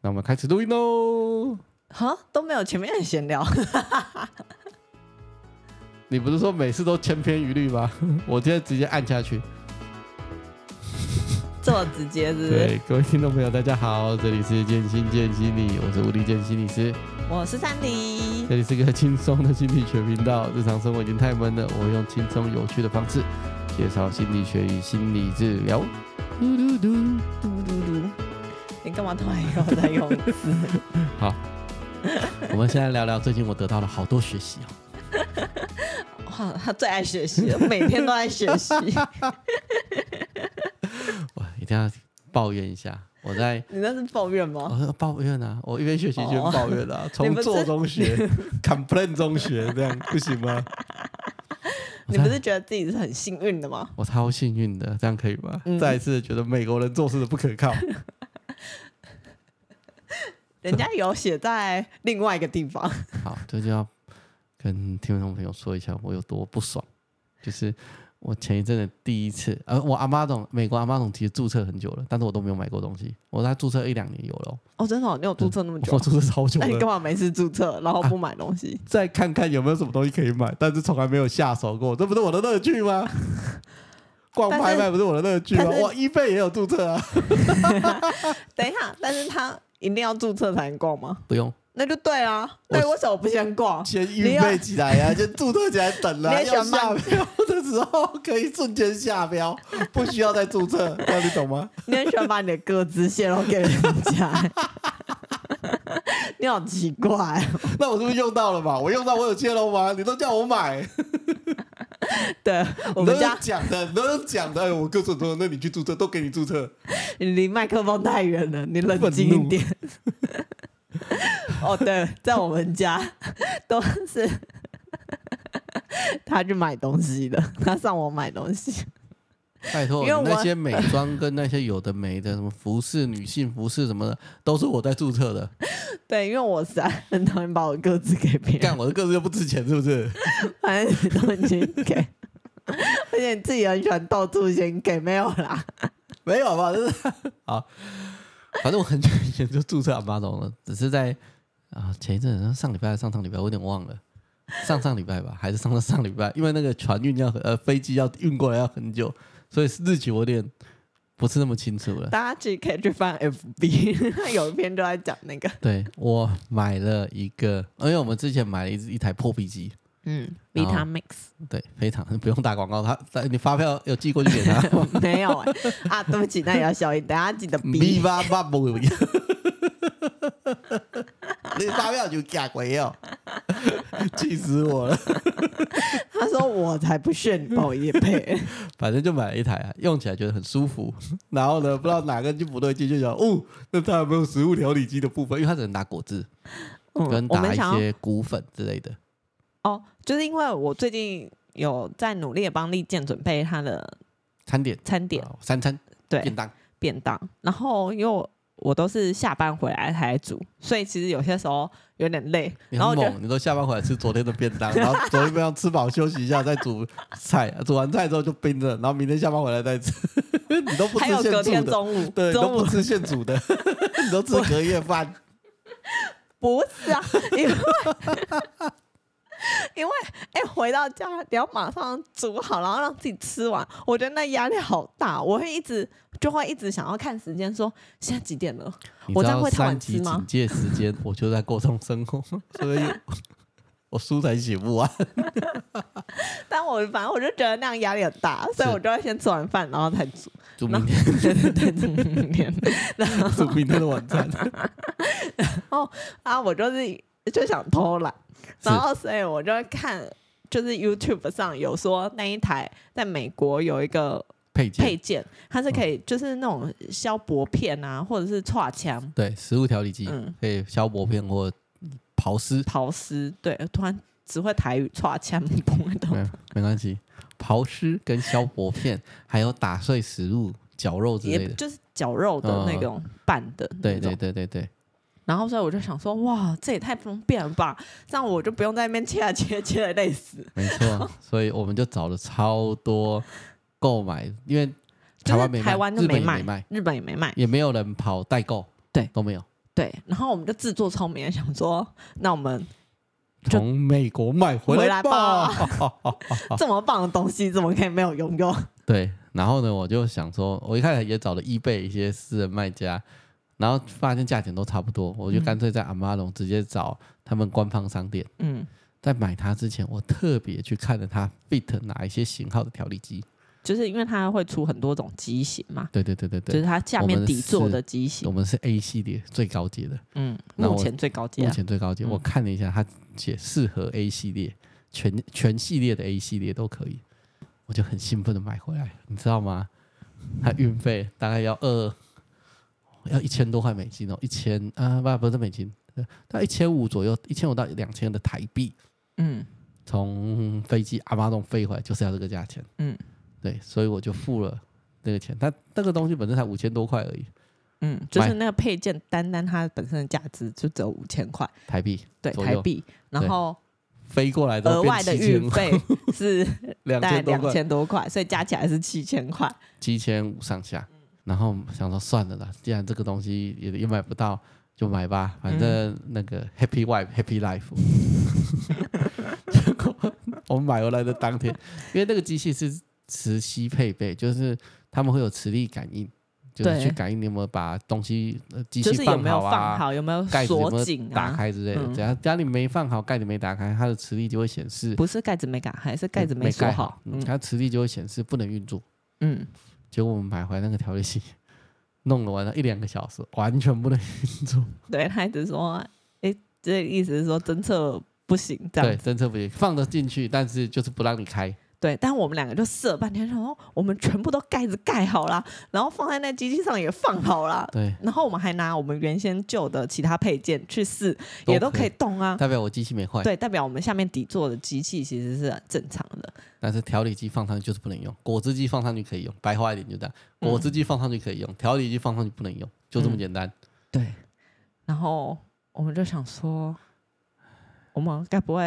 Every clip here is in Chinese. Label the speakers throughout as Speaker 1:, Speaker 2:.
Speaker 1: 那我们开始录音喽。
Speaker 2: 哈，都没有前面的闲聊，
Speaker 1: 你不是说每次都千篇一律吗？ 我今天直接按下去。
Speaker 2: 这么直接是不是？
Speaker 1: 对，各位听众朋友，大家好，这里是建心建心理，我是吴立建心理师，
Speaker 2: 我是三迪，
Speaker 1: 这里是一个轻松的心理学频道。日常生活已经太闷了，我用轻松有趣的方式介绍心理学与心理治疗。嘟嘟嘟，
Speaker 2: 嘟嘟嘟，你干嘛突然又在用 词？
Speaker 1: 好，我们现在聊聊最近我得到了好多学习哦。
Speaker 2: 哇，他最爱学习了，每天都在学 习。
Speaker 1: 我一定要抱怨一下，我在
Speaker 2: 你那是抱怨吗？
Speaker 1: 我抱怨啊，我一边学习一边
Speaker 2: 哦
Speaker 1: 抱怨啊，从
Speaker 2: 不是
Speaker 1: 做中 学，complain 中学，这样不行吗？我
Speaker 2: 你不
Speaker 1: 才
Speaker 2: 是觉得自己是很幸运的吗？
Speaker 1: 我超幸运的，这样可以吗？
Speaker 2: 嗯
Speaker 1: 再一次觉得美国人做事的不可 靠，
Speaker 2: 人家有写在另外一个地方，
Speaker 1: 好，这就要跟听众朋友说一下我有多不爽，就是。我前一阵的第一次，呃，我阿妈总美国阿妈总其实注册很久了，但是我都没有买过东西。我在注册一两年有了哦，
Speaker 2: 哦，真的哦、你有注册那么久
Speaker 1: 我？注册超久
Speaker 2: 那你
Speaker 1: 了
Speaker 2: 干。嘛每次注册然后不买东 西？
Speaker 1: 再看看有没有什么东西可以买，但是从来没有下手过，这不是我的乐趣 吗？逛拍卖不是我的乐趣吗？
Speaker 2: 但是
Speaker 1: 我 eBay 也有注册啊，
Speaker 2: 等一下，但是他一定要注册才能逛吗？
Speaker 1: 不用
Speaker 2: 那就对啊，
Speaker 1: 我
Speaker 2: 对，为什么不先逛？
Speaker 1: 先
Speaker 2: 你
Speaker 1: 预
Speaker 2: 要
Speaker 1: 备起来 啊，先注册起来等了、
Speaker 2: 你
Speaker 1: 啊，
Speaker 2: 也喜
Speaker 1: 要
Speaker 2: 欢
Speaker 1: 下标 的时候可以瞬间下标，不需要再注册，这样你懂 吗？
Speaker 2: 你很喜欢把你的个资泄露给人 家，你好奇怪、哦。
Speaker 1: 那我是不是用到了嘛？我用到我有泄露吗？你都叫我买，
Speaker 2: 对我
Speaker 1: 你都
Speaker 2: 们
Speaker 1: 是
Speaker 2: 家
Speaker 1: 讲的，你都是讲的，哎我各种说，那你去注册都给你注册，
Speaker 2: 你离麦克风太远了，你冷静一点。 哦，对，在我们家都 是他去买东西的，他上网买东西。
Speaker 1: 拜托，
Speaker 2: 因为
Speaker 1: 你那
Speaker 2: 我
Speaker 1: 些美妆跟那些有的没的，什么服饰、女性服饰什么的，都是我在注册 的。
Speaker 2: 对，因为我实在很讨厌把我个子给别人，
Speaker 1: 干我的个子又不值钱，是不 是？
Speaker 2: 反正你都已经给， 而且你自己很喜欢到处先给，没有啦。
Speaker 1: 没有吧？就是好，反正我很久以前就注册 Amazon 了，只是在啊前一阵子上礼拜、上上礼拜，我有点忘了。上上礼拜吧，还是上上上礼拜，因为那个船运要很呃飞机要运过来要很久，所以日期我有点不是那么清楚了。
Speaker 2: 大家其实可以去翻 FB，有一 篇都在讲 那个，
Speaker 1: 对我买了一个，因为我们之前买了一一台破壁机，
Speaker 2: 嗯
Speaker 1: 然后
Speaker 2: ，Vita Mix
Speaker 1: 对，非常 不用打广告，他他你发票有寄过去给他
Speaker 2: 没有、欸、啊，对不起，那也要消音，等下记得
Speaker 1: v
Speaker 2: 逼。
Speaker 1: 吧吧不， 你发票就假鬼哦，气死我了！
Speaker 2: 他说我才不屑你帮我夜配，
Speaker 1: 反正就买了一台、啊，用起来觉得很舒服。然后呢，不知道哪根筋不对劲，就想哦，那它有没有食物调理机的部分？因为它只能打果汁跟
Speaker 2: 嗯，我
Speaker 1: 打
Speaker 2: 们
Speaker 1: 一
Speaker 2: 想要
Speaker 1: 些谷粉之类的。
Speaker 2: 哦，就是因为我最近有在努力的帮利健准备他的
Speaker 1: 餐点，
Speaker 2: 餐点
Speaker 1: 好三餐
Speaker 2: 对
Speaker 1: 啊便当，
Speaker 2: 便当，然后因为我我都是下班回来才煮，所以其实有些时候有点累，
Speaker 1: 你
Speaker 2: 然后
Speaker 1: 很
Speaker 2: 我就
Speaker 1: 猛，你都下班回来吃昨天的便 当，然后昨天便当吃饱休息一下再煮菜，煮完菜之后就冰着，然后明天下班回来再吃， 你都不吃
Speaker 2: 还有
Speaker 1: 现
Speaker 2: 隔
Speaker 1: 煮
Speaker 2: 天
Speaker 1: 的。
Speaker 2: 中午，
Speaker 1: 对，你都
Speaker 2: 中午
Speaker 1: 不吃现煮的， 你都吃隔夜饭。
Speaker 2: 不是啊，因为因为哎、回到家你要马上煮好，然后让自己吃完，我觉得那压力好大，我会一直就会一直想要看时间，说现在几点了？ 我这样会太晚
Speaker 1: 三
Speaker 2: 吃
Speaker 1: 级
Speaker 2: 吗
Speaker 1: 警戒时间，我就在过中生活，所以我我书才写不完。
Speaker 2: 但我反正我就觉得那样压力很大，所以
Speaker 1: 是
Speaker 2: 我就会先吃完饭，然后才煮。
Speaker 1: 煮
Speaker 2: 那
Speaker 1: 明天，
Speaker 2: 对对对，煮明天。
Speaker 1: 煮明天的晚餐。
Speaker 2: 啊，我就是就想偷懒，
Speaker 1: 是
Speaker 2: 然后所以我就会看，就是 YouTube 上有说那一台在美国有一个
Speaker 1: 配件
Speaker 2: 配件，它是可
Speaker 1: 嗯
Speaker 2: 以就是那种削薄片啊，或者是串枪、
Speaker 1: 对食物调理机
Speaker 2: 嗯
Speaker 1: 可以削薄片或刨丝，
Speaker 2: 刨丝。对，突然只会台语串枪，不会
Speaker 1: 没
Speaker 2: 懂。
Speaker 1: 有没关系，刨丝跟削薄 片，还有打碎食物、绞肉之类
Speaker 2: 也
Speaker 1: 的。
Speaker 2: 就是绞肉的那种拌的那
Speaker 1: 对
Speaker 2: 种，
Speaker 1: 对对对对，
Speaker 2: 然后所以我就想说，哇，这也太方便了吧！这样我就不用在那边切来切来切来累死。
Speaker 1: 没 错。所以我们就找了超多购买，因为
Speaker 2: 就
Speaker 1: 台
Speaker 2: 是
Speaker 1: 湾没卖，
Speaker 2: 台湾就
Speaker 1: 日本也
Speaker 2: 卖
Speaker 1: 没卖，，
Speaker 2: 日本也没卖。
Speaker 1: 也没有人跑代购，
Speaker 2: 对
Speaker 1: 都没有。
Speaker 2: 对，然后我们就自作聪明地想说，那我们就
Speaker 1: 从美国买回
Speaker 2: 回
Speaker 1: 来
Speaker 2: 来
Speaker 1: 吧
Speaker 2: 吧。
Speaker 1: 哦
Speaker 2: 这么棒的东西怎么可以没有拥有？
Speaker 1: 对，然后呢，我就想说，我一开始也找了 eBay 一些私人卖家，然后发现价钱都差不多，我就干脆在 Amazon 直接找他们官方商店。
Speaker 2: 嗯，
Speaker 1: 在买它之前，我特别去看了它 fit 哪一些型号的调理机。
Speaker 2: 就是因为它会出很多种机型嘛，
Speaker 1: 对对对对
Speaker 2: 就是
Speaker 1: 对，
Speaker 2: 它下
Speaker 1: 我
Speaker 2: 面
Speaker 1: 们
Speaker 2: 底座
Speaker 1: 是
Speaker 2: 的机
Speaker 1: 我
Speaker 2: 型，
Speaker 1: 们是 A 系列最高阶的，
Speaker 2: 嗯，
Speaker 1: 那
Speaker 2: 目
Speaker 1: 我
Speaker 2: 前最高阶
Speaker 1: 目
Speaker 2: 啊，
Speaker 1: 前最高阶。
Speaker 2: 嗯
Speaker 1: 我看了一下，它写适合 A 系列，全全系列的 A 系列都可以，我就很兴奋的买回来，你知道吗？它运费大概要二，要一千多块美金哦，一千啊不不是美金，呃大概一千五左右，一千五到两千的台币，
Speaker 2: 嗯
Speaker 1: 从飞机阿巴弄飞回来就是要这个价钱。
Speaker 2: 嗯
Speaker 1: 对，所以我就付了那个钱。它那个东西本身才五千多块而已，
Speaker 2: 嗯，就
Speaker 1: 买
Speaker 2: 是那个配件单单它本身的价值就只有五千块，
Speaker 1: 台币
Speaker 2: 对，
Speaker 1: 左
Speaker 2: 台
Speaker 1: 右
Speaker 2: 币，然
Speaker 1: 对
Speaker 2: 后
Speaker 1: 飞过来之
Speaker 2: 额
Speaker 1: 后
Speaker 2: 外
Speaker 1: 变
Speaker 2: 的
Speaker 1: 七
Speaker 2: 运
Speaker 1: 千
Speaker 2: 费是
Speaker 1: 两
Speaker 2: 大概
Speaker 1: 千多
Speaker 2: 两
Speaker 1: 块，
Speaker 2: 千多块，所以加起来是七千块。
Speaker 1: 七千五上下。然后想说算了啦，既然这个东西也也买不到，就买
Speaker 2: 嗯
Speaker 1: 吧，反正那个 happy wife happy life。结果我们买回来的当天，因为那个机器是磁吸配备，就是他们会有磁力感应，就是
Speaker 2: 对
Speaker 1: 去感应你有没有把东西呃机器
Speaker 2: 就是有
Speaker 1: 放
Speaker 2: 没有
Speaker 1: 好啊，
Speaker 2: 放好，有没有
Speaker 1: 盖子有没
Speaker 2: 锁
Speaker 1: 有
Speaker 2: 紧
Speaker 1: 打
Speaker 2: 啊？
Speaker 1: 开之类的。
Speaker 2: 嗯
Speaker 1: 只要家里没放好，盖子没打开，它的磁力就会显示
Speaker 2: 不是盖子没打开，是盖子
Speaker 1: 没
Speaker 2: 锁
Speaker 1: 盖
Speaker 2: 好。
Speaker 1: 嗯
Speaker 2: 嗯
Speaker 1: 它磁力就会显示不能运作。
Speaker 2: 嗯，
Speaker 1: 结果我们买回来那个调理器， 弄了完了一两个小时，完全不能运 作。
Speaker 2: 对，他一直说，哎、这意思是说侦测不行这
Speaker 1: 对，
Speaker 2: 样。
Speaker 1: 侦测不行，放得进去，但是就是不让你开。
Speaker 2: 对，但我们两个就试了半天，然后我们全部都盖子盖好啦，然后放在那机器上也放好啦，
Speaker 1: 对，
Speaker 2: 然后我们还拿我们原先旧的其他配件去试，也都可以动啊。
Speaker 1: 代表我机器没坏，
Speaker 2: 对，代表我们下面底座的机器其实是正常的。
Speaker 1: 但是调理机放上去就是不能用，果汁机放上去可以用，白话一点就这样，
Speaker 2: 嗯
Speaker 1: 果汁机放上去可以用，调理机放上去不能用，就这么
Speaker 2: 嗯
Speaker 1: 简单。
Speaker 2: 对，然后我们就想说，我们该不会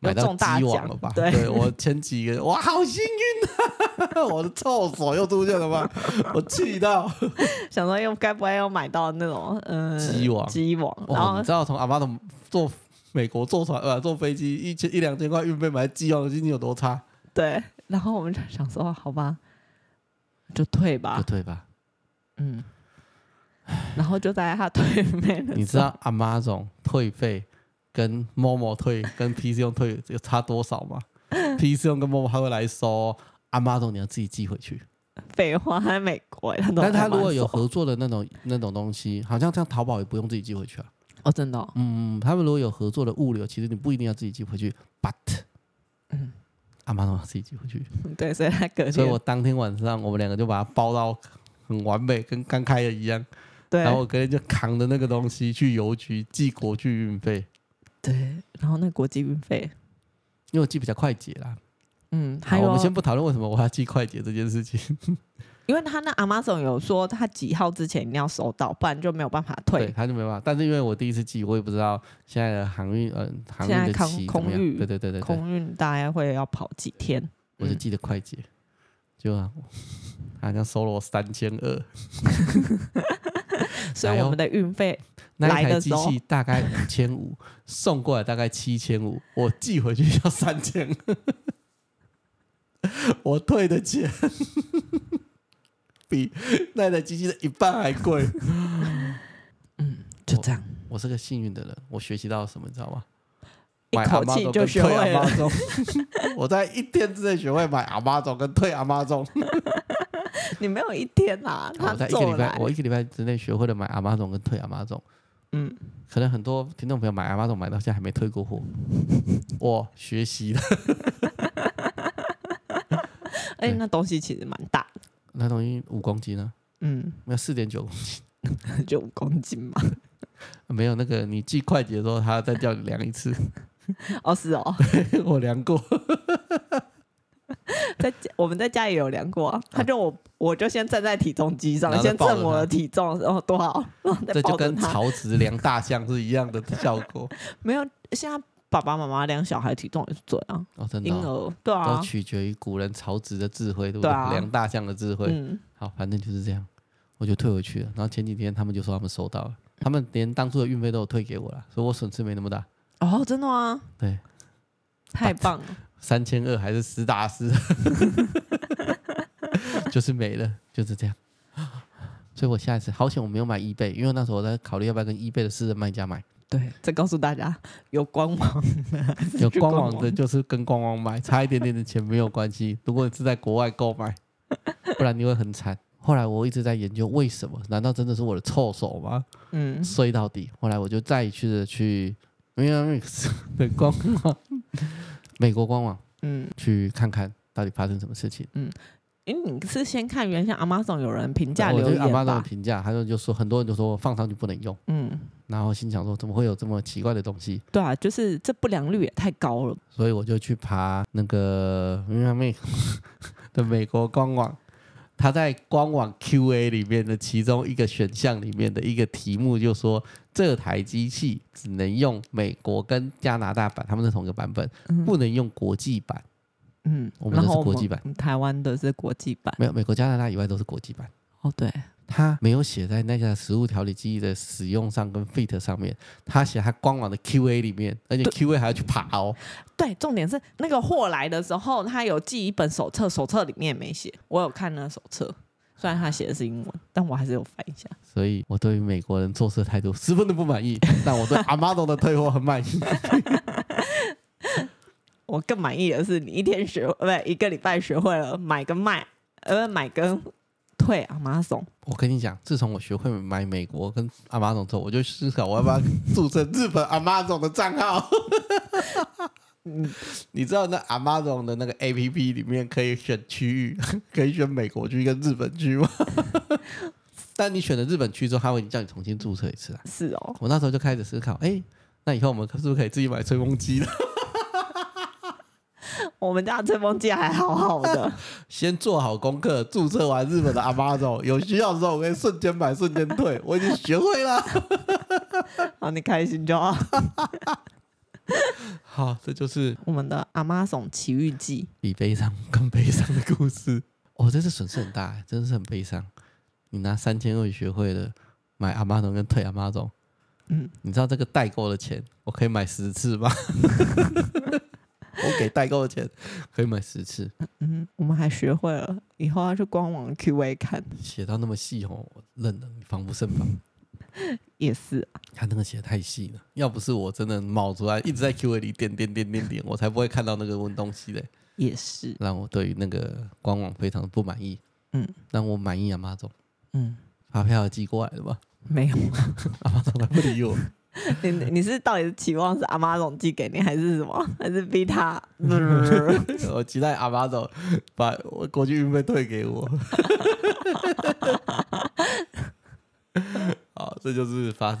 Speaker 2: 有
Speaker 1: 买到
Speaker 2: 中大
Speaker 1: 鸡网了
Speaker 2: 奖
Speaker 1: 吧？
Speaker 2: 对，
Speaker 1: 我前几个，哇，好幸运啊！ 我的臭手又出现了吧？我气到，
Speaker 2: 想说又该不会又买到那种嗯
Speaker 1: 鸡网嗯
Speaker 2: 鸡网，哦然
Speaker 1: 哇！
Speaker 2: 后
Speaker 1: 你知道从阿巴的坐美国坐船呃坐飞机一千一两千块运费买鸡网的心情有多差？
Speaker 2: 对，然后我们就想说，好吧，就退吧，
Speaker 1: 对吧？
Speaker 2: 嗯，然后就在他退没的
Speaker 1: 你知
Speaker 2: 时候，
Speaker 1: 道阿妈总退费跟 Momo 退跟 PC 用退有差多少吗？PC 用跟 Momo 他会来收。阿妈总你要自己寄回去，
Speaker 2: 废话，他在美国，他都
Speaker 1: 但是他
Speaker 2: 他
Speaker 1: 如果有合作的那种那种东西，好像像淘宝也不用自己寄回去啊。
Speaker 2: 哦，真的哦、
Speaker 1: 嗯，他们如果有合作的物流，其实你不一定要自己寄回去，but，
Speaker 2: 嗯
Speaker 1: 阿妈都要自己寄回去，
Speaker 2: 对，所以他隔天，
Speaker 1: 所以我当天晚上我们两个就把它包到很完美，跟刚开的一样，
Speaker 2: 对
Speaker 1: 然后我隔天就扛着那个东西去邮局寄国际运费，
Speaker 2: 对，然后那国际运费，
Speaker 1: 因为我寄比较快捷啦。
Speaker 2: 嗯，还
Speaker 1: 好，
Speaker 2: 有
Speaker 1: 我们先不讨论为什么我要寄快捷这件事 情，
Speaker 2: 因为他那 Amazon 有说他几号之前一定要收到，不然就没有办法退。
Speaker 1: 他就没办法。但是因为我第一次寄，我也不知道现在的航运，呃，航运
Speaker 2: 现在
Speaker 1: 的
Speaker 2: 空
Speaker 1: 期怎么样
Speaker 2: 空运
Speaker 1: 对对对对对，
Speaker 2: 空运大概会要跑几天？
Speaker 1: 我就寄的快捷，就、啊、他好像收了我三千二。
Speaker 2: 所以
Speaker 1: 来哦
Speaker 2: 我们的运费
Speaker 1: 那一
Speaker 2: 来
Speaker 1: 台
Speaker 2: 的
Speaker 1: 机
Speaker 2: 时候
Speaker 1: 器大概五千 五，送过来大概七千五，我寄回去要三千， 我退的钱比那台机器的一半还贵。
Speaker 2: 就这样，
Speaker 1: 我是个幸运的人，我学习到了什么，你知道吗？
Speaker 2: 一
Speaker 1: 买
Speaker 2: 口
Speaker 1: Amazon
Speaker 2: 气
Speaker 1: 跟
Speaker 2: 就学
Speaker 1: 退
Speaker 2: 会了
Speaker 1: Amazon 我在一天之内学会买阿妈总跟退阿妈总。
Speaker 2: 你没有一天 啊，
Speaker 1: 我
Speaker 2: 他
Speaker 1: 在一个
Speaker 2: 做
Speaker 1: 礼拜，
Speaker 2: 来，
Speaker 1: 我一个礼拜之内学会了买阿妈总跟退阿妈总。
Speaker 2: 嗯，
Speaker 1: 可能很多听众朋友买阿妈总买到现在还没退过 货，我学习了。
Speaker 2: 而且哎那东西其实蛮大的，
Speaker 1: 那东西五公斤呢、
Speaker 2: 嗯，
Speaker 1: 没有四点九公 斤，
Speaker 2: 就五公斤嘛。
Speaker 1: 没有那个你寄快捷的时候，他再叫你量一次，
Speaker 2: 哦，是哦，
Speaker 1: 我量过。
Speaker 2: 在家我们在家也有量过啊，他就我我就先站在体重机上
Speaker 1: 哦然，后再
Speaker 2: 先
Speaker 1: 抱着
Speaker 2: 称我
Speaker 1: 它
Speaker 2: 的体重，然后多少，然后 再
Speaker 1: 这就
Speaker 2: 抱着
Speaker 1: 跟
Speaker 2: 他。
Speaker 1: 曹植量大象是一样的效 果
Speaker 2: 没有，现在爸爸妈妈量小孩体重也是这样，
Speaker 1: 哦，真的
Speaker 2: 婴
Speaker 1: 哦、
Speaker 2: 儿对啊
Speaker 1: 都，取决于古人曹植的智慧，对不
Speaker 2: 对啊
Speaker 1: 梁大象的智慧。
Speaker 2: 嗯，
Speaker 1: 好，反正就是这样，我就退回去了。然后前几天他们就说他们收到了，他们连当初的运费都有退给我了，所以我损失没那么大。
Speaker 2: 哦，真的吗？
Speaker 1: 对，
Speaker 2: 太棒了！
Speaker 1: 三千二还是实打实， 就是没了，就是这样。所以我下一次好险我没有买 eBay，因为那时候我在考虑要不要跟 eBay 的私人卖家 买。
Speaker 2: 对，再告诉大家，有官网，
Speaker 1: 有官网的就是跟官网买，差一点点的钱没有关系。如果你是在国外购买，不然你会很惨。后来我一直在研究为什么？难道真的是我的臭手吗？
Speaker 2: 嗯，
Speaker 1: 睡到底。后来我就再一去的去 Mix 的官网，美国官网
Speaker 2: 嗯，
Speaker 1: 去看看到底发生什么事情。
Speaker 2: 因为你是先看原先 Amazon 有人评价
Speaker 1: 哦我
Speaker 2: 留
Speaker 1: 就阿
Speaker 2: 言
Speaker 1: 妈的
Speaker 2: 吧？
Speaker 1: 评价，他就就说很多人就说放上去不能用，
Speaker 2: 嗯，
Speaker 1: 然后心想说怎么会有这么奇怪的东西？
Speaker 2: 对啊，就是这不良率也太高了。
Speaker 1: 所以我就去爬那个 Mix 的美国官网。他在官网 Q&A 里面的其中一个选项里面的一个题目就说，这台机器只能用美国跟加拿大版，他们是同一个版本，
Speaker 2: 嗯
Speaker 1: 不能用国际版。
Speaker 2: 嗯，
Speaker 1: 我们
Speaker 2: 然
Speaker 1: 的
Speaker 2: 后
Speaker 1: 是国际版
Speaker 2: 我们台湾的是国际版。
Speaker 1: 没有，美国、加拿大以外都是国际版。
Speaker 2: 哦，对，
Speaker 1: 它没有写在那家食物调理机的使用上跟 fit 上面，它写它官网的 QA 里面，而且
Speaker 2: 对
Speaker 1: QA 还要去爬哦。
Speaker 2: 对，重点是那个货来的时候，他有寄一本手册，手册里面没写，我有看那个手册，虽然他写的是英文，但我还是有翻一下。
Speaker 1: 所以我对于美国人做事的态度十分的不满意，但我对 Amado 的退货很满意。
Speaker 2: 我更满意的是，你一天学，呃不对，一个礼拜学会了买跟卖，呃，买跟退 Amazon。
Speaker 1: 我跟你讲，自从我学会买美国跟 Amazon 之后，我就思考我要不要注册日本 Amazon 的账号。 你知道那 Amazon 的那个 APP 里面可以选区域， 可以选美国区跟日本区吗？ 但你选了日本区之后，他会叫你重新注册一次啊。
Speaker 2: 是哦，
Speaker 1: 我那时候就开始思考，哎、那以后我们是不是可以自己买吹风机了？
Speaker 2: 我们家的吹风机还好好的，
Speaker 1: 先做好功课，注册完日本的 Amazon，有需要的时候我可以瞬间买，瞬间退。我已经学会了。
Speaker 2: 好，你开心就好。
Speaker 1: 好，这就是
Speaker 2: 我们的 Amazon 奇遇记，
Speaker 1: 比悲伤更悲伤的故事。 哦，这次损失很大欸，真的是很悲伤。你拿三千二学会了买阿玛总跟退阿玛总，
Speaker 2: 嗯，
Speaker 1: 你知道这个代购的钱我可以买十次 吗？我给代购的钱可以买十次，
Speaker 2: 嗯，我们还学会了以后要去官网 QA 看，
Speaker 1: 写到那么细哦，我认了，防不胜防。
Speaker 2: 也是啊
Speaker 1: 他那个写得太细了，要不是我真的冒出来一直在 Q&A 里点点点点点，我才不会看到那个问东西嘞。
Speaker 2: 也是，
Speaker 1: 让我对于那个官网非常的不满意，
Speaker 2: 嗯，
Speaker 1: 让我满意阿玛总
Speaker 2: 嗯，
Speaker 1: 发票寄过来了吧？
Speaker 2: 没有。
Speaker 1: 阿妈从来不理我，
Speaker 2: 你你是到底是期望是阿妈总寄给你，还是什么？还是逼他？
Speaker 1: 我期待阿妈总把我国际运费退给我。好，这就是发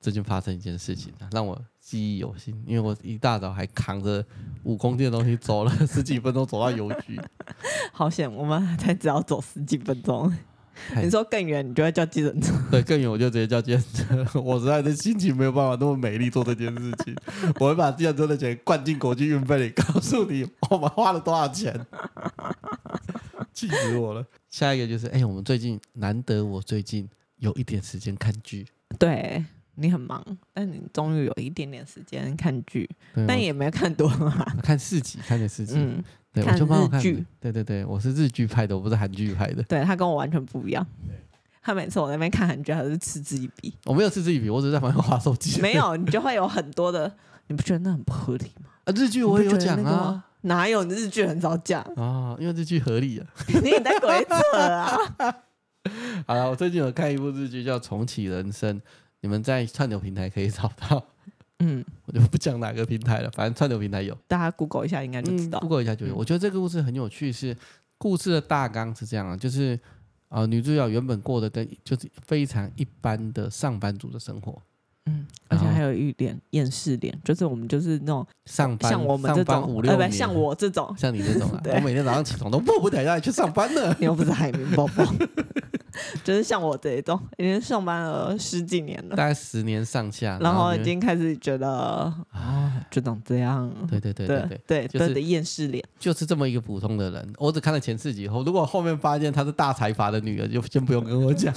Speaker 1: 最近发生一件事情啊，让我记忆犹新，因为我一大早还扛着五公斤的东西走了十几分钟，走到邮局。
Speaker 2: 好险，我们才只要走十几分钟。
Speaker 1: 太
Speaker 2: 你说更远，你就会叫计程车。
Speaker 1: 对，更远我就直接叫计程车，我实在是心情没有办法那么美丽做这件事情，我会把计程车的钱灌进国际运费里，告诉你我们花了多少钱，气死我了。下一个就是，哎、我们最近难得我最近有一点时间看剧，
Speaker 2: 对你很忙，但你终于有一点点时间看剧，
Speaker 1: 对
Speaker 2: 但
Speaker 1: 我
Speaker 2: 也没有看多啦。
Speaker 1: 看四集，看了四集，
Speaker 2: 嗯，
Speaker 1: 对我
Speaker 2: 看
Speaker 1: 就蛮好
Speaker 2: 日
Speaker 1: 看的
Speaker 2: 剧，
Speaker 1: 对对对，我是日剧派的，我不是韩剧派的，
Speaker 2: 对他跟我完全不一样。他每次我在那边看韩剧，他是嗤之以鼻。
Speaker 1: 我没有嗤之以鼻，我只是在旁边划手机，
Speaker 2: 没 有，你就会有很多的，你不觉得那很不合理吗？
Speaker 1: 啊，日剧
Speaker 2: 你
Speaker 1: 我
Speaker 2: 不
Speaker 1: 也有
Speaker 2: 觉得
Speaker 1: 讲
Speaker 2: 那个
Speaker 1: 啊
Speaker 2: 吗。哪有你日剧很少讲？
Speaker 1: 啊，因为日剧合理啊。
Speaker 2: 你也在鬼扯 啊！
Speaker 1: 好了，我最近有看一部日剧叫《重启人生》，你们在串流平台可以找到，
Speaker 2: 嗯，
Speaker 1: 我就不讲哪个平台了，反正串流平台有，
Speaker 2: 大家 Google 一下应该就知道。
Speaker 1: Google 一下就有。
Speaker 2: 嗯
Speaker 1: 我觉得这个故事很有趣是，故事的大纲是这样啊，就是呃，女主角原本过得跟就是非常一般的上班族的生活，
Speaker 2: 嗯，而且
Speaker 1: 然后
Speaker 2: 还有一点厌世脸，就是我们就是那种
Speaker 1: 上班
Speaker 2: 像我们这
Speaker 1: 上班
Speaker 2: 种
Speaker 1: 五，六
Speaker 2: 呃，不
Speaker 1: 年，
Speaker 2: 像我这种，，
Speaker 1: 像你这种啊
Speaker 2: 对
Speaker 1: 我每天早上起床都迫不及待去上班 呢。
Speaker 2: 你又不是海绵宝 宝，就是像我这一种，已经上班了十几年了，
Speaker 1: 大概十年上下，
Speaker 2: 然后
Speaker 1: 你
Speaker 2: 已
Speaker 1: 会
Speaker 2: 经开始觉得啊，就长这样，
Speaker 1: 对对对对
Speaker 2: 对
Speaker 1: 对，
Speaker 2: 对
Speaker 1: 就是
Speaker 2: 对的厌世脸，
Speaker 1: 就是这么一个普通的人。我只看了前四集后，如果后面发现她是大财阀的女儿，就先不用跟我讲。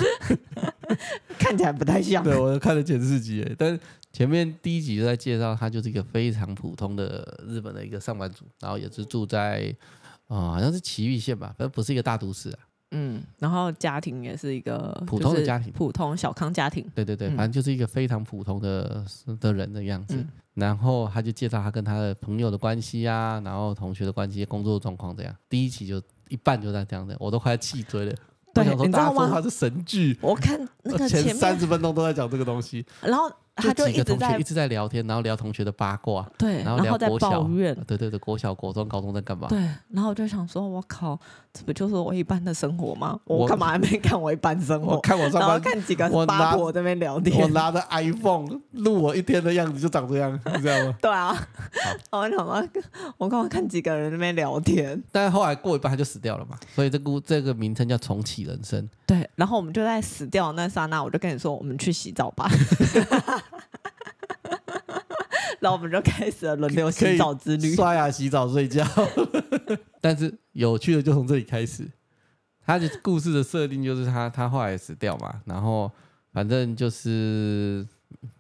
Speaker 2: 看起来不太 像。
Speaker 1: 对，我看了前四集耶，但是前面第一集就在介绍他就是一个非常普通的日本的一个上班族，然后也是住在啊、呃好像是崎玉县吧，反正不是一个大都市啊。
Speaker 2: 嗯，然后家庭也是一个
Speaker 1: 普通的
Speaker 2: 就是
Speaker 1: 家庭
Speaker 2: 普通小康家 庭。
Speaker 1: 对对对，
Speaker 2: 嗯
Speaker 1: 反正就是一个非常普通的的人的样子。
Speaker 2: 嗯
Speaker 1: 然后他就介绍他跟他的朋友的关系啊，然后同学的关系、工作状况这样。第一集就一半就在这样的，我都快要气追了。
Speaker 2: 对
Speaker 1: 我想说
Speaker 2: 你知道吗
Speaker 1: 大家说它是神剧，
Speaker 2: 我看那个
Speaker 1: 前
Speaker 2: 前
Speaker 1: 三
Speaker 2: 面，
Speaker 1: 十分钟都在讲这个东西，
Speaker 2: 然后他就
Speaker 1: 几
Speaker 2: 一
Speaker 1: 个
Speaker 2: 直
Speaker 1: 同学
Speaker 2: 在
Speaker 1: 一直在聊天，然后聊同学的八卦，
Speaker 2: 对，
Speaker 1: 然
Speaker 2: 然
Speaker 1: 后聊
Speaker 2: 在
Speaker 1: 国小
Speaker 2: 抱怨，
Speaker 1: 对对对，国小、国中、高中在干嘛？
Speaker 2: 对，然后我就想说，我靠，这不就是我一般的生活吗？
Speaker 1: 我
Speaker 2: 我干嘛还没看我一般生
Speaker 1: 我
Speaker 2: 活？
Speaker 1: 看我上
Speaker 2: 然后
Speaker 1: 班，
Speaker 2: 看几个
Speaker 1: 我拿
Speaker 2: 八婆在那边聊
Speaker 1: 我
Speaker 2: 天，
Speaker 1: 拿着 iPhone 录我一天的样子就长这样，你知道 吗？
Speaker 2: 对啊，我想说，我干嘛看几个人在那边聊天？
Speaker 1: 但是后来过一半他就死掉了嘛，所以这故这个名称叫重启人生。
Speaker 2: 对，然后我们就在死掉的那刹那，我就跟你说，我们去洗澡 吧。然后我们就开始了轮流
Speaker 1: 可以
Speaker 2: 洗澡之旅。
Speaker 1: 刷牙、洗澡、睡 觉。但是有趣的就从这里开始。他的故事的设定就是他他后来死掉嘛，然后反正就是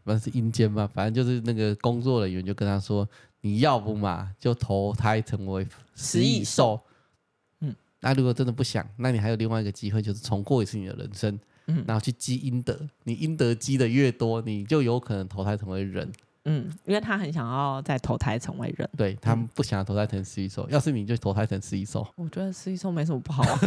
Speaker 1: 反正是阴间嘛，反正就是那个工作人员就跟他说，你要不嘛就投胎成为食
Speaker 2: 食蚁
Speaker 1: 蚁兽，
Speaker 2: 嗯，
Speaker 1: 那如果真的不想，那你还有另外一个机会，就是重过一次你的人生，
Speaker 2: 嗯
Speaker 1: 然后去积阴德，你阴德积的越多，你就有可能投胎成为人。
Speaker 2: 嗯，因为他很想要再投胎成为人。
Speaker 1: 对他们不想投胎成食蚁兽，要是你就投胎成食蚁兽。
Speaker 2: 我觉得吃一兽没什么不好啊。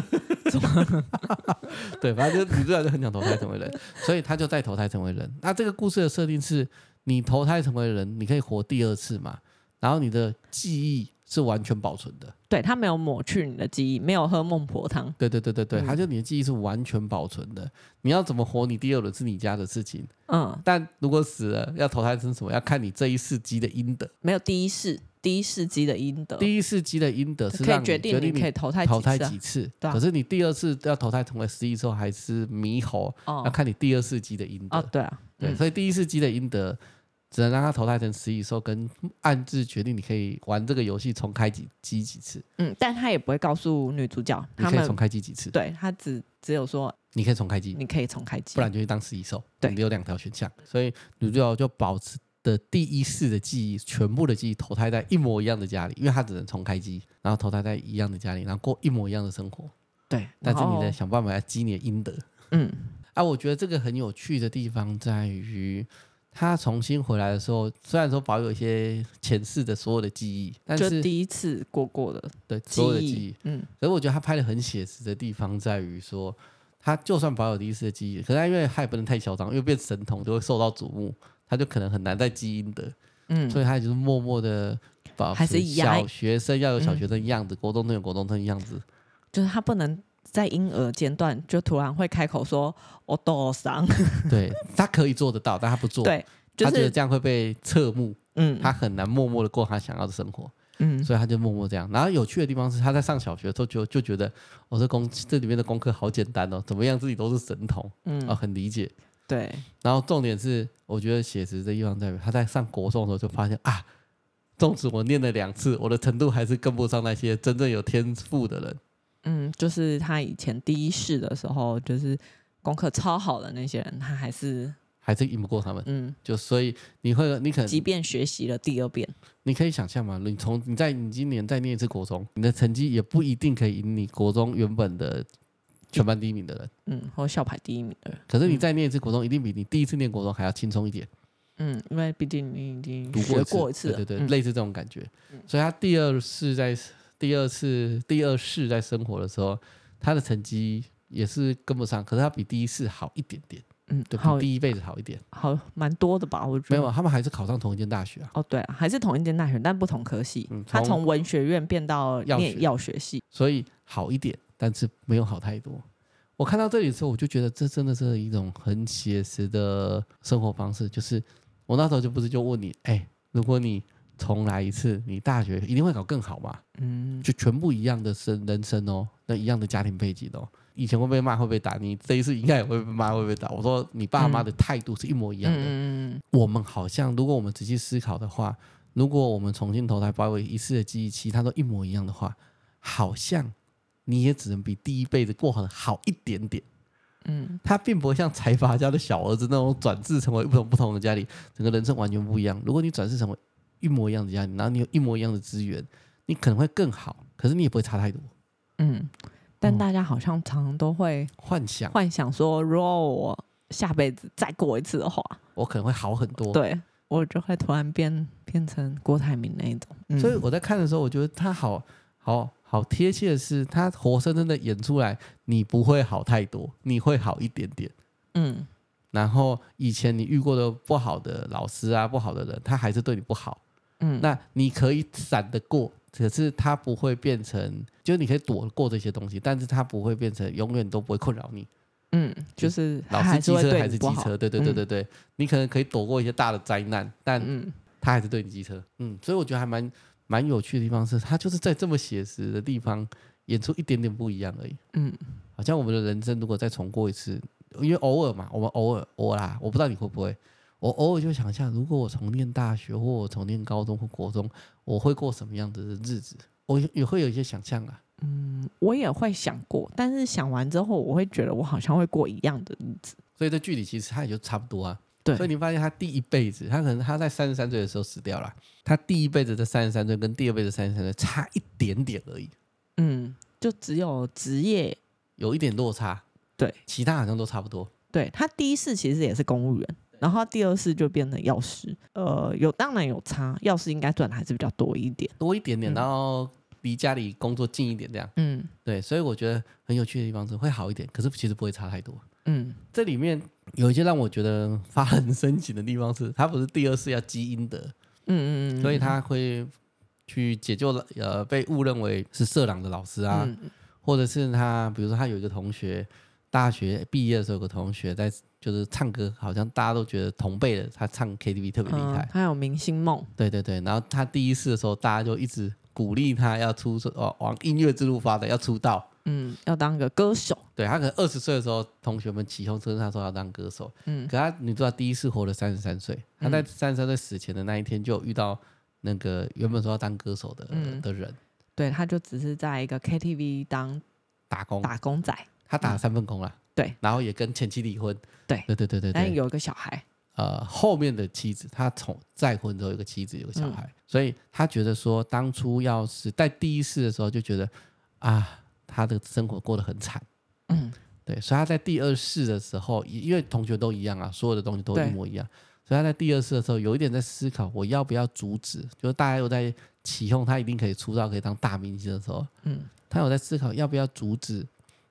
Speaker 1: 对，反正就你自然就很想投胎成为人，所以他就再投胎成为人。那这个故事的设定是，你投胎成为人，你可以活第二次嘛，然后你的记忆是完全保存的。
Speaker 2: 对他没有抹去你的记忆，没有喝孟婆汤。
Speaker 1: 对对对对对，
Speaker 2: 嗯
Speaker 1: 他就你的记忆是完全保存的。你要怎么活，你第二轮是你家的事情。
Speaker 2: 嗯，
Speaker 1: 但如果死了，要投胎成什么，要看你这一世积的阴德。
Speaker 2: 没有第一世第一世积的阴德，
Speaker 1: 第一世积的阴德是
Speaker 2: 可
Speaker 1: 让
Speaker 2: 以
Speaker 1: 你
Speaker 2: 决定你
Speaker 1: 你
Speaker 2: 可以投胎
Speaker 1: 投
Speaker 2: 胎
Speaker 1: 胎几次，
Speaker 2: 对啊
Speaker 1: 可是你第二次要投胎成为十亿兽还是猕猴，要
Speaker 2: 哦
Speaker 1: 看你第二世积的阴德。
Speaker 2: 哦，对啊，
Speaker 1: 对，
Speaker 2: 嗯
Speaker 1: 所以第一次积累阴德，只能让他投胎成食蚁兽，跟暗自决定你可以玩这个游戏重开几机几次，
Speaker 2: 嗯，但他也不会告诉女主角，
Speaker 1: 你
Speaker 2: 他
Speaker 1: 可以重
Speaker 2: 们
Speaker 1: 开机几次，
Speaker 2: 对他只只有说
Speaker 1: 你可以重开机，
Speaker 2: 你可以重开机，
Speaker 1: 不然就去当食蚁兽。
Speaker 2: 对
Speaker 1: 你有两条选项，所以女主角就保持的第一世的记忆，全部的记忆投胎在一模一样的家里，因为她只能重开机，然后投胎在一样的家里，然后过一模一样的生活，
Speaker 2: 对，
Speaker 1: 但是
Speaker 2: 然
Speaker 1: 你
Speaker 2: 后
Speaker 1: 得想办法要积你的阴德。
Speaker 2: 嗯，
Speaker 1: 啊，我觉得这个很有趣的地方在于，他重新回来的时候，虽然说保有一些前世的所有的记忆，但
Speaker 2: 就是第一次过过的
Speaker 1: 对所有的
Speaker 2: 记
Speaker 1: 记
Speaker 2: 忆
Speaker 1: 忆，，
Speaker 2: 嗯，
Speaker 1: 可是我觉得他拍的很写实的地方在于说，他就算保有第一次的记忆，可是他因为他也不能太嚣张，因为变神童就会受到瞩目，他就可能很难再基因的，
Speaker 2: 嗯，
Speaker 1: 所以他也就是默默的。保
Speaker 2: 还是
Speaker 1: 持
Speaker 2: 一样嗯
Speaker 1: 小学生要有小学生的样子，国中生有国中生的样子，
Speaker 2: 就是他不能在婴儿阶段就突然会开口说“我多伤
Speaker 1: 对他可以做得到，但他不”，做，
Speaker 2: 对，就
Speaker 1: 他觉得
Speaker 2: 是
Speaker 1: 这样会被侧目，
Speaker 2: 嗯，
Speaker 1: 他很难默默的过他想要的生活。
Speaker 2: 嗯，
Speaker 1: 所以他就默默这样。然后有趣的地方是，他在上小学的时候就就觉得，我、这功这里面的功课好简单哦，怎么样自己都是神童，
Speaker 2: 嗯
Speaker 1: 啊、很理解。
Speaker 2: 对，
Speaker 1: 然后重点是，我觉得写实的地方在于，他在上国中的时候就发现啊，纵使我念了两次，我的程度还是跟不上那些真正有天赋的人。
Speaker 2: 嗯，就是他以前第一世的时候，就是功课超好的那些人，他还是
Speaker 1: 还是赢不过他们，
Speaker 2: 嗯，
Speaker 1: 就所以你会，你可能
Speaker 2: 即便学习了第二遍，
Speaker 1: 你可以想象嘛，你从你在你今年再念一次国中，你的成绩也不一定可以赢你国中原本的全班第一名的人。
Speaker 2: 嗯，或校排第一名的人，
Speaker 1: 可是你再念一次国中，一定比你第一次念国中还要轻松一点，
Speaker 2: 嗯，因为毕竟你已经
Speaker 1: 读
Speaker 2: 学
Speaker 1: 过
Speaker 2: 过一次了，
Speaker 1: 对对对，
Speaker 2: 嗯
Speaker 1: 类似这种感觉。所以他第二次在第二次第二次在生活的时候，他的成绩也是跟不上，可是他比第一次好一点点，
Speaker 2: 嗯，
Speaker 1: 对，
Speaker 2: 好嗯
Speaker 1: 比第一辈子好一点。
Speaker 2: 好蛮多的吧，我觉
Speaker 1: 没
Speaker 2: 得
Speaker 1: 有，他们还是考上同一间大学啊，
Speaker 2: 哦，对、啊，还是同一间大学，但不同科系。
Speaker 1: 嗯
Speaker 2: 他
Speaker 1: 从
Speaker 2: 从文学院变到
Speaker 1: 药
Speaker 2: 念
Speaker 1: 学
Speaker 2: 药学系，
Speaker 1: 所以好一点，但是没有好太多。我看到这里的时候，我就觉得这真的是一种很写实的生活方式。就是我那时候就不是就问你，哎、如果你重来一次，你大学一定会考更好嘛？
Speaker 2: 嗯，
Speaker 1: 就全部一样的生人生哦，那一样的家庭背景哦。以前会被骂会被打，你这一次应该也会被骂会被打。我说你爸妈的态度是一模一样的。
Speaker 2: 嗯嗯
Speaker 1: 我们好像如果我们仔细思考的话，如果我们重新投胎，保有一次的记忆，其他都一模一样的话，好像你也只能比第一辈子过好好一点点。
Speaker 2: 嗯，
Speaker 1: 他并不会像财阀家的小儿子那种转世成为不同不同的家里，整个人生完全不一样。如果你转世成为一模一样的家里，然后你有一模一样的资源，你可能会更好，可是你也不会差太多。
Speaker 2: 嗯，但大家好像常常都会
Speaker 1: 幻想
Speaker 2: 幻想说，如果我下辈子再过一次的话，
Speaker 1: 我可能会好很多，
Speaker 2: 对我就会突然变变成郭台铭那一种。嗯
Speaker 1: 所以我在看的时候，我觉得他好好好贴切的是，他活生生的演出来，你不会好太多，你会好一点点。
Speaker 2: 嗯
Speaker 1: 然后以前你遇过的不好的老师啊，不好的人，他还是对你不好，
Speaker 2: 嗯，
Speaker 1: 那你可以闪得过，可是他不会变成，就是你可以躲过这些东西，但是他不会变成永远都不会困扰你。
Speaker 2: 嗯，就是
Speaker 1: 老
Speaker 2: 他
Speaker 1: 师
Speaker 2: 还
Speaker 1: 机
Speaker 2: 是会
Speaker 1: 车
Speaker 2: 对
Speaker 1: 还
Speaker 2: 你
Speaker 1: 是
Speaker 2: 不
Speaker 1: 机
Speaker 2: 好
Speaker 1: 车，对对对对对，你可能可以躲过一些大的灾难，但
Speaker 2: 嗯
Speaker 1: 他还是对你机车。嗯，所以我觉得还蛮蛮有趣的地方是，他就是在这么写实的地方演出一点点不一样而已。
Speaker 2: 嗯
Speaker 1: 好像我们的人生如果再重过一次，因为偶尔嘛，我们偶尔我啦，我不知道你会不会，我偶尔就想一下，如果我重念大学或我重念高中或国中，我会过什么样子的日子？我也也会有一些想象啊啦。
Speaker 2: 嗯，我也会想过，但是想完之后，我会觉得我好像会过一样的日子。
Speaker 1: 所以这距离其实它也就差不多啊。
Speaker 2: 对
Speaker 1: 所以你发现他第一辈子，他可能他在三十三岁的时候死掉了，他第一辈子的三十三岁跟第二辈子三十三岁差一点点而已，
Speaker 2: 嗯，就只有职业，
Speaker 1: 有一点落差。
Speaker 2: 对，
Speaker 1: 其他好像都差不多。
Speaker 2: 对他第一次其实也是公务员，然后第二次就变成药师。呃，有当然有差，药师应该赚的还是比较多一点。
Speaker 1: 多一点点，
Speaker 2: 嗯
Speaker 1: 然后离家里工作近一点，这样
Speaker 2: 嗯
Speaker 1: 对，所以我觉得很有趣的地方是会好一点，可是其实不会差太多。
Speaker 2: 嗯
Speaker 1: 这里面有一些让我觉得发人深省的地方是， 他不是第二次要积阴德，
Speaker 2: 嗯嗯，
Speaker 1: 所以他会去解救了呃被误认为是色狼的老师啊，
Speaker 2: 嗯
Speaker 1: 或者是他比如说他有一个同学，大学毕业的时候有个同学在就是唱歌，好像大家都觉得同辈的他唱 KTV 特别厉害，
Speaker 2: 嗯他有明星梦。
Speaker 1: 对对对，然后他第一次的时候，大家就一直鼓励他要出哦往音乐之路发展，要出道。
Speaker 2: 嗯，要当个歌手。
Speaker 1: 对他可能二十岁的时候，同学们起哄称他说要当歌手，
Speaker 2: 嗯
Speaker 1: 可他你知道第一次活了三十三岁，他在
Speaker 2: 嗯
Speaker 1: 三十三岁死前的那一天就有遇到那个原本说要当歌手的、
Speaker 2: 嗯
Speaker 1: 的人
Speaker 2: 对，他就只是在一个 KTV 当
Speaker 1: 打工，
Speaker 2: 打工仔，
Speaker 1: 他打了三份工啦，
Speaker 2: 对，
Speaker 1: 然后也跟前妻离婚，
Speaker 2: 对
Speaker 1: 对对对对
Speaker 2: 但
Speaker 1: 对，
Speaker 2: 有一个小孩。
Speaker 1: 呃后面的妻子，他从再婚之后有个妻子，有个小孩，所以他觉得说，当初要是在第一次的时候就觉得啊，他的生活过得很惨，
Speaker 2: 嗯
Speaker 1: 对，所以他在第二世的时候，因因为同学都一样啊，所有的东西都
Speaker 2: 对
Speaker 1: 一模一样，所以他在第二世的时候有一点在思考，我要不要阻止？就是大家有在起哄，他一定可以出道，可以当大明星的时候，
Speaker 2: 嗯
Speaker 1: 他有在思考要不要阻止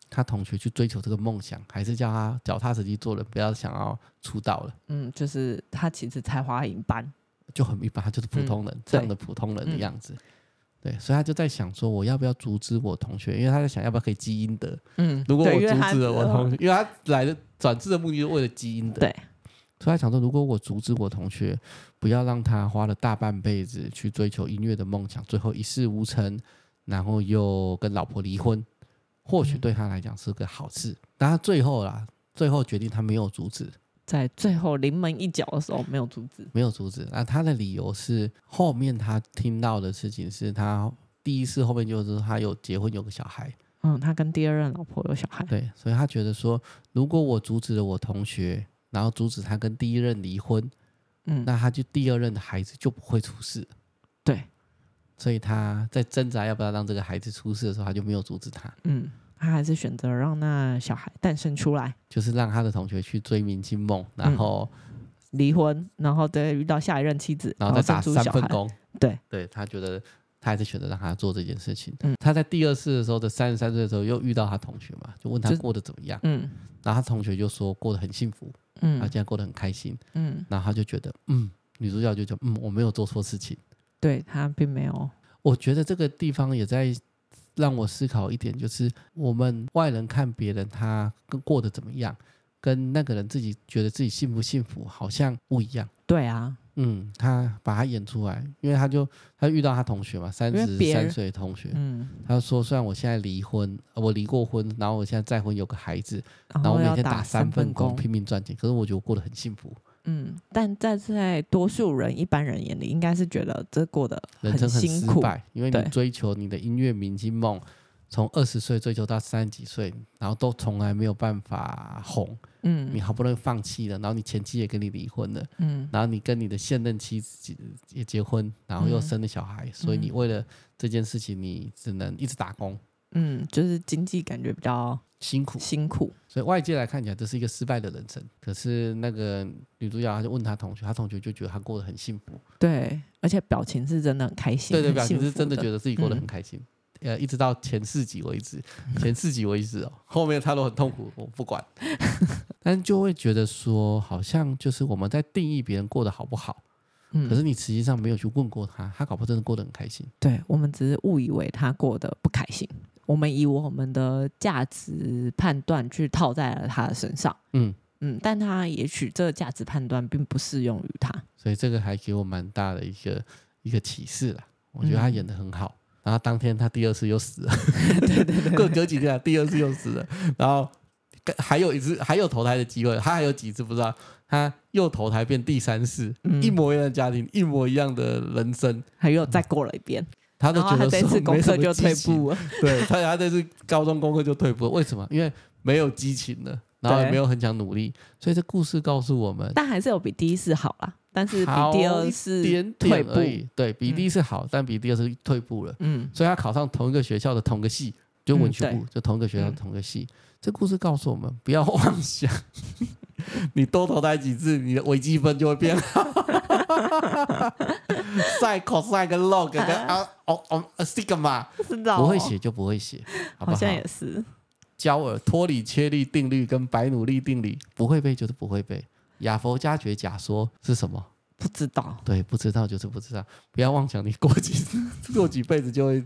Speaker 1: 他同学去追求这个梦想，还是叫他脚踏实地做人，不要想要出道了。
Speaker 2: 嗯，就是他其实才华一般。
Speaker 1: 就很一般，他就是普通
Speaker 2: 嗯
Speaker 1: 人、这样的普通人的样子。对，所以他就在想说，我要不要阻止我同学？因为他在想要不要可以积阴德。
Speaker 2: 嗯，
Speaker 1: 如果我
Speaker 2: 对
Speaker 1: 阻
Speaker 2: 因为他呃
Speaker 1: 止了我
Speaker 2: 只
Speaker 1: 同学，因为他来的转制的目的就是为了积阴德。
Speaker 2: 对，
Speaker 1: 所以他想说，如果我阻止我同学，不要让他花了大半辈子去追求音乐的梦想，最后一事无成，然后又跟老婆离婚，或许
Speaker 2: 嗯
Speaker 1: 对他来讲是个好事。但他最后啦，最后决定他没有阻止，
Speaker 2: 在最后临门一脚的时候没有阻止。
Speaker 1: 没有阻止。那他的理由是，后面他听到的事情是他第一次后面就是他有结婚有个小孩，
Speaker 2: 嗯，他跟第二任老婆有小孩。
Speaker 1: 对，所以他觉得说，如果我阻止了我同学，然后阻止他跟第一任离婚，
Speaker 2: 嗯，
Speaker 1: 那他就第二任的孩子就不会出事。
Speaker 2: 对，
Speaker 1: 所以他在挣扎要不要让这个孩子出事的时候，他就没有阻止他，
Speaker 2: 嗯，他还是选择让那小孩诞生出来，
Speaker 1: 就是让他的同学去追明星梦，然
Speaker 2: 嗯
Speaker 1: 后、
Speaker 2: 离婚，然后再遇到下一任妻子，
Speaker 1: 然后再
Speaker 2: 后
Speaker 1: 打
Speaker 2: 生出
Speaker 1: 三
Speaker 2: 小
Speaker 1: 份
Speaker 2: 孩。
Speaker 1: 工。
Speaker 2: 对，
Speaker 1: 对他觉得他还是选择让他做这件事情。
Speaker 2: 嗯
Speaker 1: 他在第二次的时候的三十三岁的时候又遇到他同学嘛，就问他
Speaker 2: 就是
Speaker 1: 过得怎么样，
Speaker 2: 嗯
Speaker 1: 然后他同学就说过得很幸福，他
Speaker 2: 嗯
Speaker 1: 现在过得很开心，
Speaker 2: 嗯，
Speaker 1: 然后他就觉得嗯，女主角就觉得嗯，我没有做错事情。
Speaker 2: 对他并没有。
Speaker 1: 我觉得这个地方也在让我思考一点，就是我们外人看别人他跟过得怎么样，跟那个人自己觉得自己幸不幸福好像不一样。
Speaker 2: 对啊，
Speaker 1: 嗯，他把他演出来，因为他就他遇到他同学嘛，三
Speaker 2: 为
Speaker 1: 十
Speaker 2: 别
Speaker 1: 三
Speaker 2: 人
Speaker 1: 岁的同学，
Speaker 2: 嗯，
Speaker 1: 他说：“虽然我现在离婚，呃我离过婚，然后我现在再婚有个孩子，然
Speaker 2: 然
Speaker 1: 后我每
Speaker 2: 要
Speaker 1: 天
Speaker 2: 打
Speaker 1: 三份
Speaker 2: 份
Speaker 1: 工，拼命赚钱，可是我觉得我过得很幸福，
Speaker 2: 嗯，但在在多数人一般人眼里，应该是觉得这过得
Speaker 1: 人生很
Speaker 2: 辛
Speaker 1: 失
Speaker 2: 苦。
Speaker 1: 败，因为你
Speaker 2: 对
Speaker 1: 追求你的音乐明星梦，从二十岁追求到三十几岁，然后都从来没有办法红，你
Speaker 2: 嗯
Speaker 1: 好不容易放弃了，然后你前妻也跟你离婚了，
Speaker 2: 嗯
Speaker 1: 然后你跟你的现任妻子结也结婚，然后又
Speaker 2: 嗯
Speaker 1: 生了小孩，所以你为了这件事情，你只能一直打工，
Speaker 2: 嗯，就是经济感觉比较
Speaker 1: 辛苦。
Speaker 2: 辛苦，
Speaker 1: 所以外界来看起来这是一个失败的人生，可是那个女主角她就问她同学，她同学就觉得她过得很幸福，
Speaker 2: 对，而且表情是真的很开心，
Speaker 1: 对对，
Speaker 2: 很
Speaker 1: 表情
Speaker 2: 幸
Speaker 1: 是
Speaker 2: 福
Speaker 1: 真的
Speaker 2: 的
Speaker 1: 觉得自己过得很
Speaker 2: 嗯
Speaker 1: 开心。呃，一直到前四集为止， 前四集为止哦，后面她都很痛苦，我不管。但就会觉得说，好像就是我们在定义别人过得好不好，
Speaker 2: 嗯
Speaker 1: 可是你实际上没有去问过他，他搞不好真的过得很开心。
Speaker 2: 对我们只是误以为他过得不开心，我们以我们的价值判断去套在了他的身上，
Speaker 1: 嗯，
Speaker 2: 嗯，但他也许这个价值判断并不适用于他，
Speaker 1: 所以这个还给我蛮大的一个一个启示啦。我觉得他
Speaker 2: 嗯
Speaker 1: 演的很好，然后当天他第二次又死了，
Speaker 2: 对对对
Speaker 1: 过隔几天、啊、第二次又死了，然后跟还有一次还有投胎的机会，他还有几次不知道，他又投胎变第三世，
Speaker 2: 嗯
Speaker 1: 一模一样的家庭，一模一样的人生，
Speaker 2: 还又再过了一遍，
Speaker 1: 嗯他都
Speaker 2: 然后
Speaker 1: 觉
Speaker 2: 他
Speaker 1: 得
Speaker 2: 这
Speaker 1: 说
Speaker 2: 次功
Speaker 1: 没什
Speaker 2: 课
Speaker 1: 么
Speaker 2: 就
Speaker 1: 激
Speaker 2: 退
Speaker 1: 情
Speaker 2: 步了，
Speaker 1: 对他，他这次高中功课就退步了，为什么？因为没有激情了，然后也
Speaker 2: 对
Speaker 1: 没有很想努力，所以这故事告诉我们，
Speaker 2: 但还是有比第一次好啦，但是比
Speaker 1: 好
Speaker 2: 第二
Speaker 1: 一
Speaker 2: 次
Speaker 1: 点
Speaker 2: 退
Speaker 1: 点
Speaker 2: 步
Speaker 1: 而，已，对比
Speaker 2: 嗯
Speaker 1: 第一次好，但比第二次退步了。
Speaker 2: 嗯
Speaker 1: 所以他考上同一个学校的同个系，就文学
Speaker 2: 嗯
Speaker 1: 部，就同一个学校
Speaker 2: 嗯
Speaker 1: 的同个系。这故事告诉我们，不要妄想， 你多投胎几次，你的微积分就会变好。sin、cos、跟 log 跟啊哦哦 sigma
Speaker 2: 是的、哦，
Speaker 1: 不会写就不会写，好不
Speaker 2: 好
Speaker 1: 好
Speaker 2: 像？也是，
Speaker 1: 焦耳托里切利定律跟白努力定律不会背就是不会背。亚佛加觉假说是什么？
Speaker 2: 不知道，
Speaker 1: 对，不知道就是不知道，不要妄想你过几过几辈子就会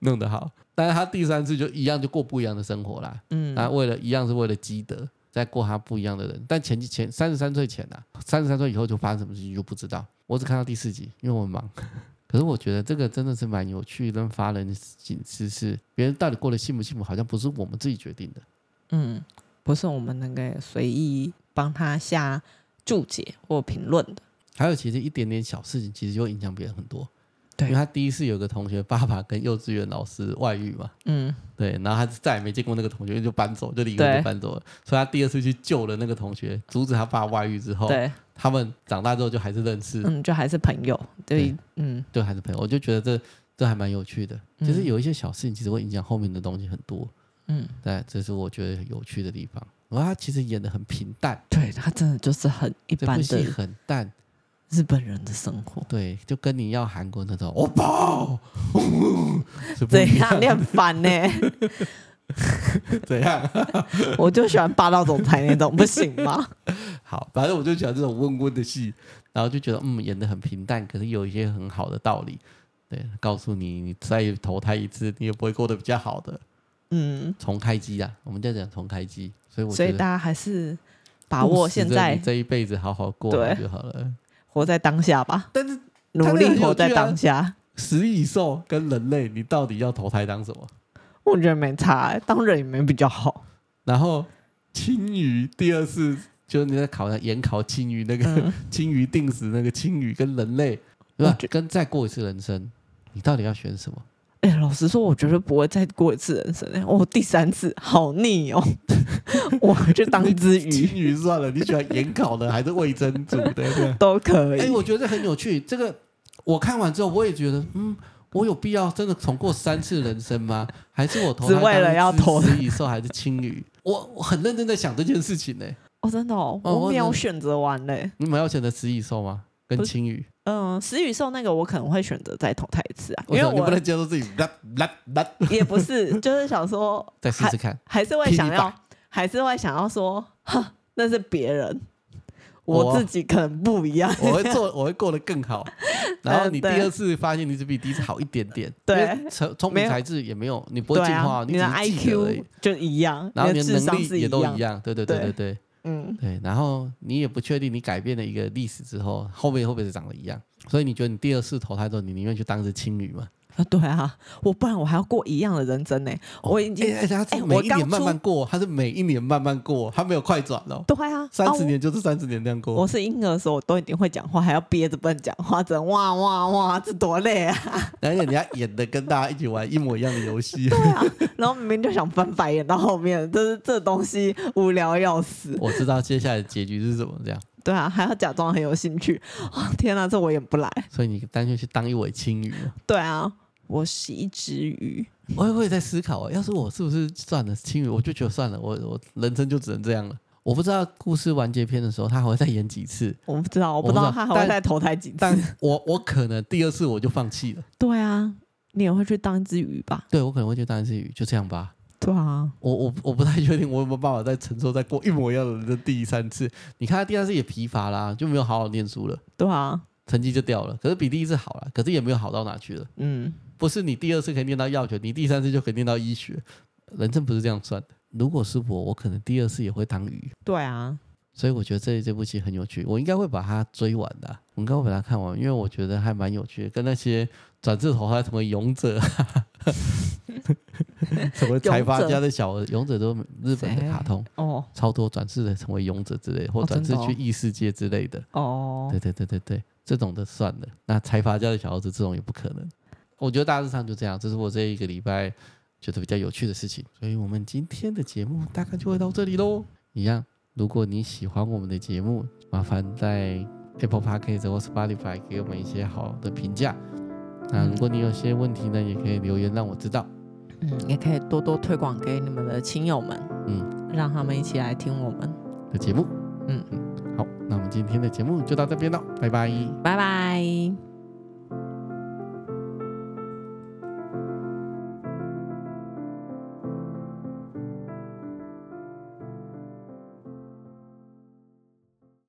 Speaker 1: 弄得好。但是他第三次就一样，就过不一样的生活啦。
Speaker 2: 嗯
Speaker 1: 那、为了一样是为了积德，再过他不一样的人。但前几前三十三岁前啊，三十三岁以后就发生什么事情就不知道。我只看到第四集，因为我很忙。 可是我觉得这个真的是蛮有趣跟发人省思，是别人到底过得幸不幸福，好像不是我们自己决定的。
Speaker 2: 嗯，不是我们能够随意帮他下注解或评论的。
Speaker 1: 还有其实一点点小事情，其实就会影响别人很多。
Speaker 2: 对
Speaker 1: 因为他第一次有个同学爸爸跟幼稚园老师外遇嘛，
Speaker 2: 嗯，
Speaker 1: 对，然后他再也没见过那个同学，就搬走，就离婚
Speaker 2: 对
Speaker 1: 就搬走了。所以他第二次去救了那个同学，阻止他爸外遇之后，
Speaker 2: 对，
Speaker 1: 他们长大之后就还是认识，
Speaker 2: 嗯，就还是朋友，对
Speaker 1: 对，
Speaker 2: 嗯
Speaker 1: 就还是朋友。我就觉得这这还蛮有趣的，
Speaker 2: 嗯
Speaker 1: 就是有一些小事情其实会影响后面的东西很多。
Speaker 2: 嗯，
Speaker 1: 对，这是我觉得有趣的地方。然后他其实演的很平淡，
Speaker 2: 对他真的就是很一
Speaker 1: 这
Speaker 2: 般
Speaker 1: 部戏
Speaker 2: 的
Speaker 1: 很淡，
Speaker 2: 日本人的生活。
Speaker 1: 对，就跟你要韩国那种欧巴， 是不
Speaker 2: 怎
Speaker 1: 一
Speaker 2: 样？
Speaker 1: 样
Speaker 2: 你很烦 呢、
Speaker 1: 怎样。
Speaker 2: 我就喜欢霸道总裁那种，不行 吗？
Speaker 1: 好，反正我就喜欢这种温温的戏，然后就觉得嗯演的很平淡，可是有一些很好的道理。对，告诉你，你再投胎一次，你也不会过得比较好的。
Speaker 2: 嗯，
Speaker 1: 重开机啊，我们在讲重开机，所以我
Speaker 2: 所
Speaker 1: 觉
Speaker 2: 以
Speaker 1: 得
Speaker 2: 大家还是把握
Speaker 1: 务实
Speaker 2: 现
Speaker 1: 着
Speaker 2: 在
Speaker 1: 你，这一辈子好好过好
Speaker 2: 对
Speaker 1: 就好了。
Speaker 2: 活在当下吧，
Speaker 1: 但是真
Speaker 2: 努
Speaker 1: 的很
Speaker 2: 力
Speaker 1: 有
Speaker 2: 活在
Speaker 1: 趣啊
Speaker 2: 当下。
Speaker 1: 食蚁兽跟人类，你到底要投胎当什么？
Speaker 2: 我觉得没差、欸，当人也没比较好。
Speaker 1: 然后青鱼第二次就是你在考那研考青鱼那个、
Speaker 2: 嗯
Speaker 1: 青鱼定死那个青鱼跟人类，对
Speaker 2: 我
Speaker 1: 吧
Speaker 2: 觉？
Speaker 1: 跟再过一次人生，你到底要选什么？
Speaker 2: 哎、老实说，我绝对不会再过一次人生、欸。我、第三次好腻 哦，我就当 只鱼
Speaker 1: 青鱼算了，你喜欢盐烤的还是味噌煮的？对
Speaker 2: 都可
Speaker 1: 哎、
Speaker 2: 以。
Speaker 1: 我觉得这很有趣。这个我看完之后，我也觉得，嗯，我有必要真的重过三次人生吗？还是我投
Speaker 2: 只
Speaker 1: 胎
Speaker 2: 为了
Speaker 1: 当
Speaker 2: 要
Speaker 1: 只
Speaker 2: 投
Speaker 1: 食蚁兽还是青鱼？ 我我很认真在想这件事情呢、
Speaker 2: 哦，真的哦，
Speaker 1: 哦
Speaker 2: 我
Speaker 1: 我
Speaker 2: 没有
Speaker 1: 真的
Speaker 2: 选择完嘞、
Speaker 1: 你们要选择食蚁兽吗？跟
Speaker 2: 不是
Speaker 1: 青鱼？
Speaker 2: 嗯，食与兽那个我可能会选择再投胎一次啊，因
Speaker 1: 为
Speaker 2: 为
Speaker 1: 什么你不
Speaker 2: 我
Speaker 1: 能接受自己？啦啦啦，
Speaker 2: 也不是，就是想说
Speaker 1: 再试试看。
Speaker 2: 还是会
Speaker 1: 踢你
Speaker 2: 想要
Speaker 1: 吧，
Speaker 2: 还是会想要说，哼，那是别人，
Speaker 1: 我
Speaker 2: 我自己可能不一样。
Speaker 1: 我会做，我会过得更 好。然后你第
Speaker 2: 对
Speaker 1: 二次发现你只比第一次好一点点，
Speaker 2: 对
Speaker 1: 因为聪聪
Speaker 2: 没
Speaker 1: 明
Speaker 2: 有
Speaker 1: 才智也嗯没有，你不
Speaker 2: 对
Speaker 1: 会进化，
Speaker 2: 啊，
Speaker 1: 你
Speaker 2: 的
Speaker 1: 只是记得而已
Speaker 2: IQ。就一样，
Speaker 1: 然后
Speaker 2: 你
Speaker 1: 你
Speaker 2: 的
Speaker 1: 的
Speaker 2: 智
Speaker 1: 能
Speaker 2: 商
Speaker 1: 力
Speaker 2: 是
Speaker 1: 也都一
Speaker 2: 样。
Speaker 1: 样，对对对对对
Speaker 2: 嗯，
Speaker 1: 对。然后你也不确定你改变了一个历史之后，后面会不会是长得一样？所以你觉得你第二次投胎之后，你宁愿去当只青鱼嘛？
Speaker 2: 啊，对啊，我不然我还要过一样的人生呢、我已经、
Speaker 1: 哎、哎，他
Speaker 2: 哎
Speaker 1: 是
Speaker 2: 我
Speaker 1: 每一
Speaker 2: 刚
Speaker 1: 年慢
Speaker 2: 出
Speaker 1: 慢过，他是每一年慢慢过，他没有快转哦。
Speaker 2: 对啊，
Speaker 1: 三
Speaker 2: 啊
Speaker 1: 十、年就是三十年这样
Speaker 2: 我
Speaker 1: 过
Speaker 2: 我。是婴儿的时候，我都已经会讲话，还要憋着不能讲话，只能哇哇哇，这多累啊！
Speaker 1: 而且人家演的跟大家一起玩一模一样的游戏。
Speaker 2: 对啊，然后明明就想翻白眼到后面，就是这东西无聊要死。
Speaker 1: 我知道接下来的结局是什么，这样，
Speaker 2: 对啊，还要假装很有兴趣。哦，天哪、这我演不来。
Speaker 1: 所以你干脆去当一尾青鱼嘛。
Speaker 2: 对啊，我是一只鱼。
Speaker 1: 我也会在思考、啊，要是我是不是算了青鱼，我就觉得算了，我我人生就只能这样了。我不知道故事完结篇的时候他还会再演几次，
Speaker 2: 我不知道，我
Speaker 1: 不
Speaker 2: 不知道
Speaker 1: 知道
Speaker 2: 他还会
Speaker 1: 但
Speaker 2: 再投胎几次。
Speaker 1: 但 我我可能第二次我就放弃了。
Speaker 2: 对啊，你也会去当一只鱼吧？
Speaker 1: 对我可能会觉得当然是鱼，就这样吧。
Speaker 2: 对啊，
Speaker 1: 我我我不太确定我有没有办法再承受再过一模一样的人生第三次。你看他第二次也疲乏啦，就没有好好念书了，
Speaker 2: 对啊，
Speaker 1: 成绩就掉了。可是比第一次好了，可是也没有好到哪去了。
Speaker 2: 嗯，
Speaker 1: 不是你第二次可以念到药学，你第三次就可以念到医学，人生不是这样算的。如果是我，我可能第二次也会当鱼，
Speaker 2: 对啊，
Speaker 1: 所以我觉得这这部戏很有趣，我应该会把它追完的啊、我应该会把它看完，因为我觉得还蛮有趣的，跟那些转世投胎什么勇者、啊， 什么财阀家的小儿勇者都日本的卡通，
Speaker 2: 哦
Speaker 1: 超多转世的成为勇者之类，或
Speaker 2: 哦
Speaker 1: 转
Speaker 2: 真的
Speaker 1: 世
Speaker 2: 哦
Speaker 1: 去异世界之类的。
Speaker 2: 哦
Speaker 1: 对对对对对，这种的算了。那财阀家的小儿子这种也不可能。我觉得大致上就这样，这是我这一个礼拜觉得比较有趣的事情。所以我们今天的节目大概就会到这里喽。一样，如果你喜欢我们的节目，麻烦在 Apple Podcast 或 Spotify 给我们一些好的评价。那如果你有些问题呢，也可以留言让我知道。
Speaker 2: 嗯，也可以多多推广给你们的亲友们，嗯，让他们一起来听我们。
Speaker 1: 的节目，
Speaker 2: 嗯
Speaker 1: 嗯，好，那我们今天的节目就到这边了，拜拜。
Speaker 2: 拜拜。